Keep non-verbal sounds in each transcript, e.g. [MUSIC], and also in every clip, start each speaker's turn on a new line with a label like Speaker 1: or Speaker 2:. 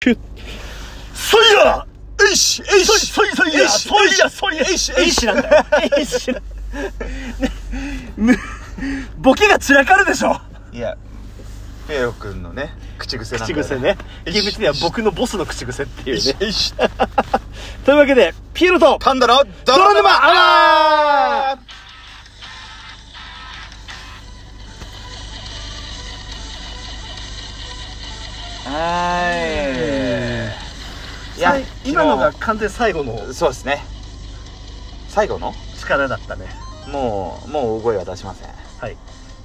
Speaker 1: くっ。
Speaker 2: そいやえいしえいしそいそいやそいやそいやえいしえいしなんだよ。えいしな。ねむ [LAUGHS] ボケが散らかるでしょ
Speaker 1: いや、ペヨくんのね、口癖なんだ
Speaker 2: 口
Speaker 1: よ
Speaker 2: 癖ね。
Speaker 1: えい
Speaker 2: 入
Speaker 1: し
Speaker 2: り口では僕のボスの口癖って
Speaker 1: え
Speaker 2: い
Speaker 1: いうし
Speaker 2: ね。
Speaker 1: えいし
Speaker 2: というわけで、ピエロと、
Speaker 1: パンダの泥
Speaker 2: 泥
Speaker 1: 沼
Speaker 2: 沼
Speaker 1: ア
Speaker 2: ア
Speaker 1: ワーはい。いや
Speaker 2: さい、今のが
Speaker 1: 昨
Speaker 2: 完全最後の
Speaker 1: 日そうですね。最後の
Speaker 2: 力だったね。
Speaker 1: もう、もう大声は出しません。
Speaker 2: はい。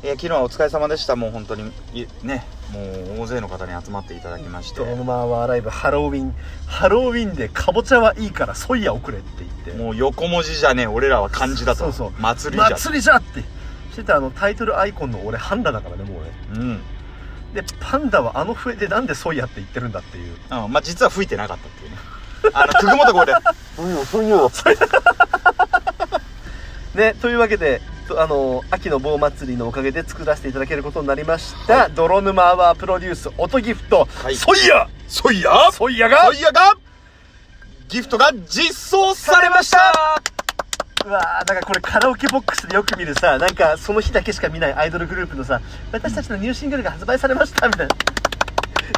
Speaker 1: いや昨日はお疲れ様でしたもう本当にいねもう大勢の方に集まっていただきまして
Speaker 2: 泥沼アワーライブハロウィン、ハロウィンでかぼちゃはいいからソイヤ送れって言って。
Speaker 1: もう横文字じゃねえ俺らは漢字だと
Speaker 2: そうそう
Speaker 1: 祭りじゃ
Speaker 2: 祭りじゃってしてたあのタイトルアイコンの俺ハンダだからねもうね
Speaker 1: うん
Speaker 2: でパンダはあの笛でなんでソイヤって言ってるんだっていう
Speaker 1: うんまあ実は吹いてなかったっていうね [LAUGHS] あのくぐもとこで「ふよふよ」
Speaker 2: ねというわけでとあの秋の棒祭りのおかげで作らせていただけることになりました、泥沼アワープロデュース音ギフト、
Speaker 1: はい
Speaker 2: ソイヤ
Speaker 1: そいや
Speaker 2: ソイヤが
Speaker 1: そいやがギフトが実装されました
Speaker 2: うわーなんかこれカラオケボックスでよく見るさなんかその日だけしか見ないアイドルグループのさ私たちのニューシングルが発売されましたみたいな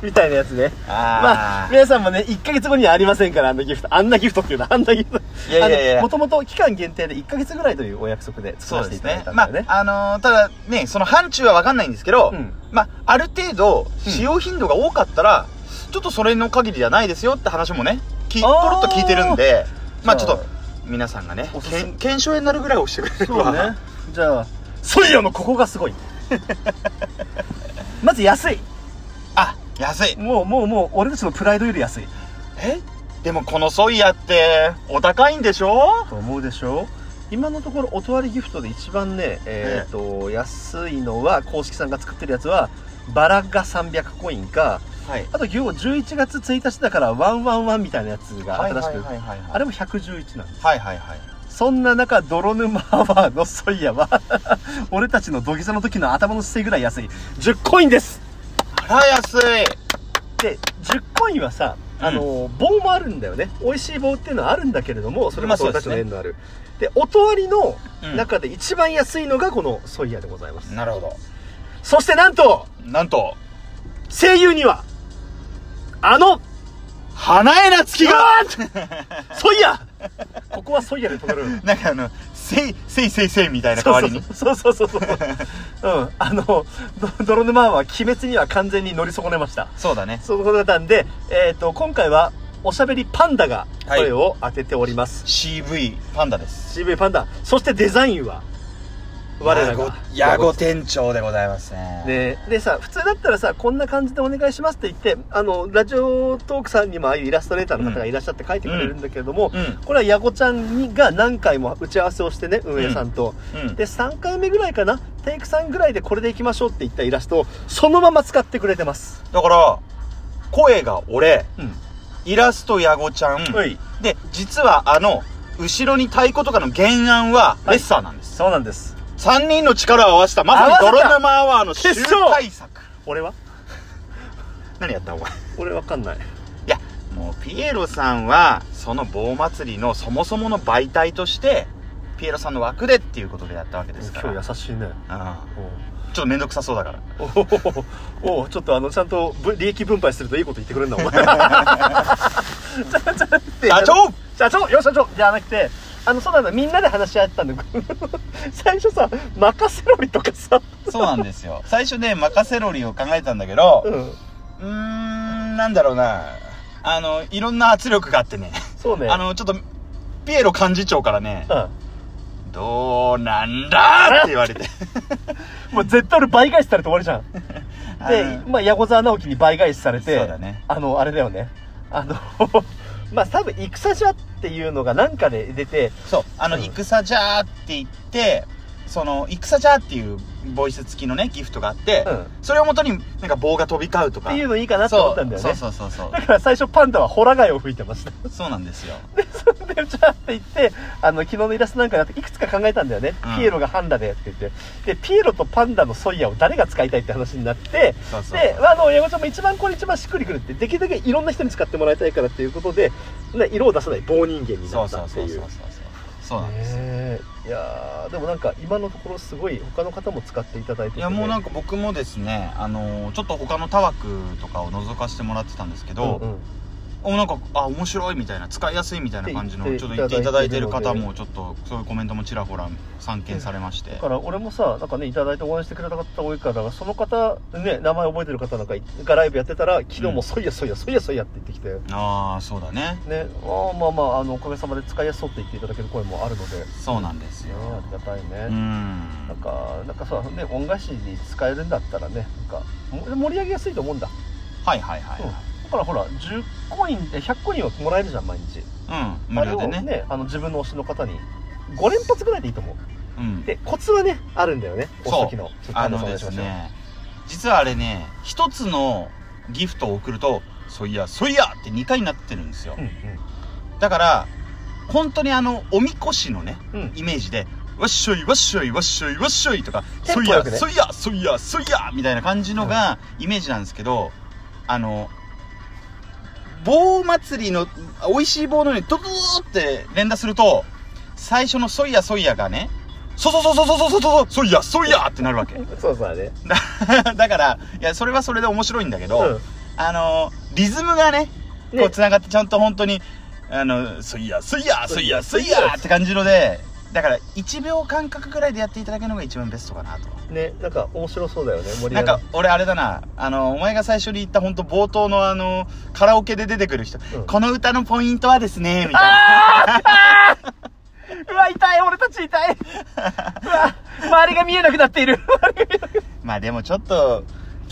Speaker 2: みたいなやつねまあ、
Speaker 1: あー
Speaker 2: 皆さんもね、1ヶ月後にはありませんから、あんなギフト。あんなギフトっていうのは、あんなギフト。
Speaker 1: いやいやいや
Speaker 2: もともと期間限定で1ヶ月ぐらいというお約束で作
Speaker 1: そ
Speaker 2: ら
Speaker 1: う
Speaker 2: せて
Speaker 1: で
Speaker 2: い
Speaker 1: す
Speaker 2: ただいた
Speaker 1: ね
Speaker 2: んだよ
Speaker 1: ま
Speaker 2: ね。
Speaker 1: ああのーただねその範疇は分かんないんですけど、
Speaker 2: うん
Speaker 1: まあある程度使用頻度が多かったら、ちょっとそれの限りじゃないですよって話もねきポ
Speaker 2: あー
Speaker 1: ロッと聞いてるんでまあち
Speaker 2: じ
Speaker 1: ょ
Speaker 2: ゃ
Speaker 1: っ
Speaker 2: あ
Speaker 1: と皆さんがね
Speaker 2: おすす
Speaker 1: けん検証になるぐらい押してくれれば
Speaker 2: そうね。じゃあ、ソイヤのここがすごい。 [LAUGHS] まず安い。
Speaker 1: あ安い
Speaker 2: もう、もう、もう、俺たちのプライドより安い。
Speaker 1: えでもこのソイヤってお高いんでしょ
Speaker 2: と思うでしょ今のところおとわりギフトで一番ね、えっ、と、安いのは、公式さんが作ってるやつは、バラが300コインか、
Speaker 1: はい
Speaker 2: あと今日11月1日だから111みたいなやつが
Speaker 1: はい
Speaker 2: 新し
Speaker 1: はい
Speaker 2: く
Speaker 1: はいはい
Speaker 2: あれも111なんです。
Speaker 1: はいはいはい
Speaker 2: そんな中、泥沼アワーのソイヤは、 [LAUGHS] 俺たちの土下座の時の頭の姿勢ぐらい安い。10コインです
Speaker 1: あら安い
Speaker 2: で、10コインはさ、あの、棒もあるんだよね。美味しい棒っていうのはあるんだけれども、それも
Speaker 1: まあ
Speaker 2: 俺たち
Speaker 1: そう
Speaker 2: の
Speaker 1: です
Speaker 2: 縁
Speaker 1: ね
Speaker 2: のある。で、おとわりの
Speaker 1: うん
Speaker 2: 中で一番安いのがこのソイヤでございます。
Speaker 1: なるほど
Speaker 2: そしてなんと、
Speaker 1: なんと
Speaker 2: 声優には、あの、
Speaker 1: 花江夏樹
Speaker 2: う
Speaker 1: が
Speaker 2: わー [LAUGHS] ソイヤここはソイヤで止まる。
Speaker 1: なんかあの、せい、せいせいせいみた [LAUGHS] いな代わりに。
Speaker 2: そうそうそうそう
Speaker 1: [LAUGHS]
Speaker 2: そうそう、うん、あのど泥沼は鬼滅には完全に乗り損ねました
Speaker 1: そうだね。
Speaker 2: そういうことだったんで、えー、と今回はおしゃべりパンダが
Speaker 1: はい
Speaker 2: 声を当てております、
Speaker 1: CV パンダです。
Speaker 2: CV パンダそしてデザインは我ら
Speaker 1: ご
Speaker 2: が
Speaker 1: ヤゴ店長でございますね。
Speaker 2: ね、でさ普通だったらさこんな感じでお願いしますって言ってあのラジオトークさんにもああいうイラストレーターの方がいらっしゃって書いてくれるんだけれども、
Speaker 1: うん。
Speaker 2: これはヤゴちゃんにが何回も打ち合わせをしてね運営さんと、
Speaker 1: うん。
Speaker 2: で3回目ぐらいかなテイク3ぐらいでこれでいきましょうって言ったイラストをそのまま使ってくれてます
Speaker 1: だから、声が俺、
Speaker 2: うん
Speaker 1: イラストヤゴちゃん。
Speaker 2: はい
Speaker 1: で、実はあの、後ろに太鼓とかの原案は、レッサーなんです。
Speaker 2: そうなんです
Speaker 1: 三3人の力を合わせた、まさに
Speaker 2: 合わせ
Speaker 1: 泥
Speaker 2: た
Speaker 1: 沼アワーの集
Speaker 2: 決勝
Speaker 1: 大作。
Speaker 2: 俺は
Speaker 1: 何やったお前。
Speaker 2: 俺わかんない
Speaker 1: いやもうピエロさんはその棒祭りのそもそもの媒体としてピエロさんの枠でっていうことでやったわけですから
Speaker 2: 今日優しいね
Speaker 1: うんちょっと面倒くさそうだから
Speaker 2: おーおーちょっとあのちゃんとぶ利益分配するといいこと言ってくれるなお前
Speaker 1: [LAUGHS] 社
Speaker 2: 社
Speaker 1: 長
Speaker 2: 社長よ社長じゃなくてあのそうなんだみんなで話し合ったんだ [LAUGHS] 最初さ任せろりとかさ
Speaker 1: そうなんですよ最初ね任せロリを考えたんだけど
Speaker 2: うん
Speaker 1: うーんなんだろうなあのいろんな圧力があってね
Speaker 2: そうね
Speaker 1: あのちょっとピエロ幹事長からね
Speaker 2: う
Speaker 1: 「どうなんだ!」って言われて
Speaker 2: んもう絶対俺倍返しされて終わ
Speaker 1: [LAUGHS]
Speaker 2: りじゃんで、まあ、矢後沢直樹に倍返しされて、
Speaker 1: そうだね
Speaker 2: あの、あれだよね。あの、 [LAUGHS] まあ、多分、戦じゃっていうのがなんかで出て、
Speaker 1: そう、あの、
Speaker 2: うん
Speaker 1: 戦じゃーって言って、その「イクサチャー」っていうボイス付きのねギフトがあって、
Speaker 2: うん
Speaker 1: それをもとになんか棒が飛び交うとか
Speaker 2: っていうのいいかなと思ったんだよね
Speaker 1: そうそうそうそう
Speaker 2: だから最初パンダはホラ貝を吹いてました
Speaker 1: そうなんですよ
Speaker 2: でそれでじゃあって言ってあの昨日のイラストなんかだっていくつか考えたんだよね、
Speaker 1: うん
Speaker 2: ピエロがハンダでって言ってでピエロとパンダのソイヤを誰が使いたいって話になって
Speaker 1: そうそう
Speaker 2: で、まあ、あの親御ちゃんも一番これ一番しっくりくるってできるだけいろんな人に使ってもらいたいからっていうことで、ね、色を出さない棒人間に
Speaker 1: そ
Speaker 2: な
Speaker 1: う
Speaker 2: っ
Speaker 1: そ
Speaker 2: た
Speaker 1: う
Speaker 2: って
Speaker 1: そうそ
Speaker 2: い
Speaker 1: うそう
Speaker 2: う
Speaker 1: そうなんですよ
Speaker 2: ねえいやーでもなんか今のところすごい他の方も使っていただいてて
Speaker 1: いやもうなん
Speaker 2: か
Speaker 1: か僕もですね、あのーちょっと他のタワクとかを覗かせてもらってたんですけど、
Speaker 2: うんうん
Speaker 1: おなんかあ面白いみたいな使いやすいみたいな感じの
Speaker 2: って
Speaker 1: ちょっと言
Speaker 2: 言
Speaker 1: っ
Speaker 2: ってて
Speaker 1: い
Speaker 2: いた
Speaker 1: ただ
Speaker 2: だ
Speaker 1: い
Speaker 2: い
Speaker 1: て
Speaker 2: て
Speaker 1: る
Speaker 2: る
Speaker 1: 方もちょっとそういうコメントもちらほら散見されまして
Speaker 2: だから俺もさなんかねいただいて応援してくれた方多いからその方ね名前覚えてる方なんかがライブやってたら昨日
Speaker 1: うん
Speaker 2: も「そいやそいやそいやそいや」って言ってきて、
Speaker 1: ああそうだね
Speaker 2: ねああまあまああのおかげさまで使いやすそうって言っていただける声もあるのでね
Speaker 1: そうなんですよ
Speaker 2: ありがたいね、
Speaker 1: うん
Speaker 2: なんかなんかさね恩返しに使えるんだったらねなんかも盛り上げやすいと思うんだ、
Speaker 1: はいはいはい
Speaker 2: うんだからほら10コインで100コインはもらえるじゃん毎日
Speaker 1: うん、無料で
Speaker 2: あ
Speaker 1: ね
Speaker 2: れをねあの自分の推しの方に5連発ぐらいでいいと思う
Speaker 1: うん
Speaker 2: でコツはねあるんだよね
Speaker 1: そう
Speaker 2: 押す時のちょっと
Speaker 1: あ
Speaker 2: 感想
Speaker 1: の
Speaker 2: お願
Speaker 1: で
Speaker 2: いし
Speaker 1: す
Speaker 2: ましょう
Speaker 1: ね実はあれね一つのギフトを送ると「そういやそういや!」って2回になってるんですよ、だから本当にあのおみこしのね
Speaker 2: うんうんうん
Speaker 1: イメージで「わっしょいわっしょいわっしょいわっしょい」とか「
Speaker 2: テ
Speaker 1: そ
Speaker 2: ン
Speaker 1: い
Speaker 2: ポよ
Speaker 1: や
Speaker 2: くね
Speaker 1: そいやそいやそいや」みたいな感じのがイメージなんですけど、あの棒祭りの美味しい棒のようにドドドドって連打すると最初の「そいやそいや」がね「そそそそそそそそそいやそいや」ってなるわけ
Speaker 2: [LAUGHS] そうそうね、
Speaker 1: だからいやそれはそれで面白いんだけど、
Speaker 2: う
Speaker 1: あのリズムがね
Speaker 2: ん、
Speaker 1: こうつながってちゃんと本当に「あのすいやすいやすいやすいや」って感じのでだから1秒間隔ぐらいでやっていただけるのが一番ベストかなと
Speaker 2: ねなんか面白そうだよね盛り
Speaker 1: な
Speaker 2: 上
Speaker 1: ん
Speaker 2: が
Speaker 1: か
Speaker 2: る
Speaker 1: 俺あれだなあのお前が最初に言った本当冒頭のあのカラオケで出てくる人、
Speaker 2: うん
Speaker 1: この歌のポイントはですねみたいな
Speaker 2: ああーうわ痛い俺たち痛 [LAUGHS] いうわ周りが見えなくなっている周りが見えなくなっている
Speaker 1: まあでもちょっと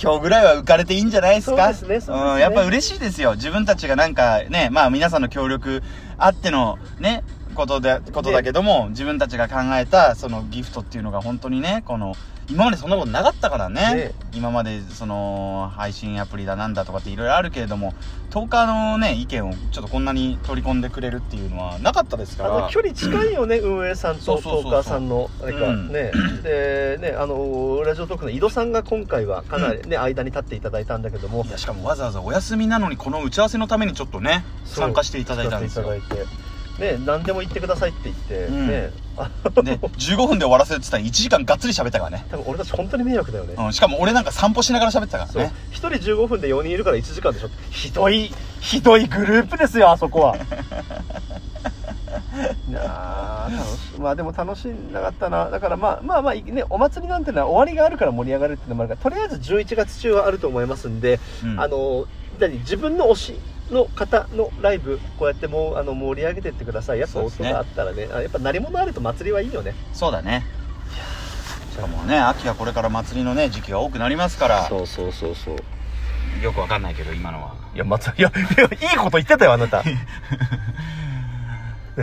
Speaker 1: 今日ぐらいは浮かれていいんじゃないですか
Speaker 2: そうですねそうですね
Speaker 1: ん、やっぱ嬉しいですよ自分たちがなんかねまあ皆さんの協力あってのねことでことだけども、自分たちが考えたそのギフトっていうのが本当にねこの今までそんなことなかったからね
Speaker 2: ね
Speaker 1: 今までその配信アプリだなんだとかっていろいろあるけれども10日のね意見をちょっとこんなに取り込んでくれるっていうのはなかったですか
Speaker 2: あ
Speaker 1: ら
Speaker 2: の距離近いよね、運営さん
Speaker 1: そう
Speaker 2: と
Speaker 1: そうそうそ
Speaker 2: トー
Speaker 1: う
Speaker 2: カーさんのあれか、
Speaker 1: うん
Speaker 2: ねでねあのラジオトークの井戸さんが今回はかなりね、間に立っていただいたんだけども
Speaker 1: いやしかもわざわざお休みなのにこの打ち合わせのためにちょっとね
Speaker 2: そう
Speaker 1: 参加していただいたんですよ
Speaker 2: 使っていただいてね何でも言ってくださいって言って、
Speaker 1: うん
Speaker 2: ねあ
Speaker 1: で15分で終わらせるって言ったら1時間がっつり喋ったからね、
Speaker 2: 多分俺たち本当に迷惑だよね、
Speaker 1: うん、しかも俺なんか散歩しながら喋ってたから
Speaker 2: そう
Speaker 1: ね
Speaker 2: 1人15分で4人いるから1時間でしょひどいひどいグループですよあそこ [LAUGHS] はなあ楽しまあでも楽しんなかったなだからまあまあまあ、ね、お祭りなんてのは終わりがあるから盛り上がるっていうのもあるからとりあえず11月中はあると思いますんで、
Speaker 1: うん
Speaker 2: あの何自分の推しの方のライブこうやってもうあの盛り上げてってくださいやっぱ
Speaker 1: そうです
Speaker 2: 音
Speaker 1: ね
Speaker 2: があったらねあやっぱ鳴り物あると祭りはいいよね
Speaker 1: そうだねしかもね秋はこれから祭りのね時期が多くなりますから
Speaker 2: うそうそうそう
Speaker 1: よくわかんないけど今のはい
Speaker 2: や祭りいやいやいいこと言ってたよあなたね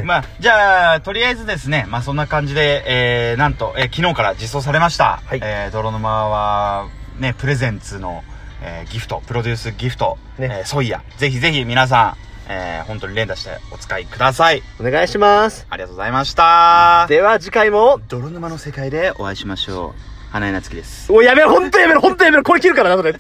Speaker 1: まあじゃあとりあえずですねまあそんな感じで、えー、なんと、えー昨日から実装されました、
Speaker 2: はい
Speaker 1: えー泥沼はねプレゼンツの、えーギフトプロデュースギフト、
Speaker 2: ね
Speaker 1: えーソイヤぜひぜひ皆さん、えー、本当に連打してお使いください
Speaker 2: [LAUGHS] お願いします
Speaker 1: ありがとうございました
Speaker 2: では次回も
Speaker 1: 泥沼の世界でお会いしましょう花江夏樹です
Speaker 2: おいやめろ本当やめろ本当やめろこれ切るからなそれ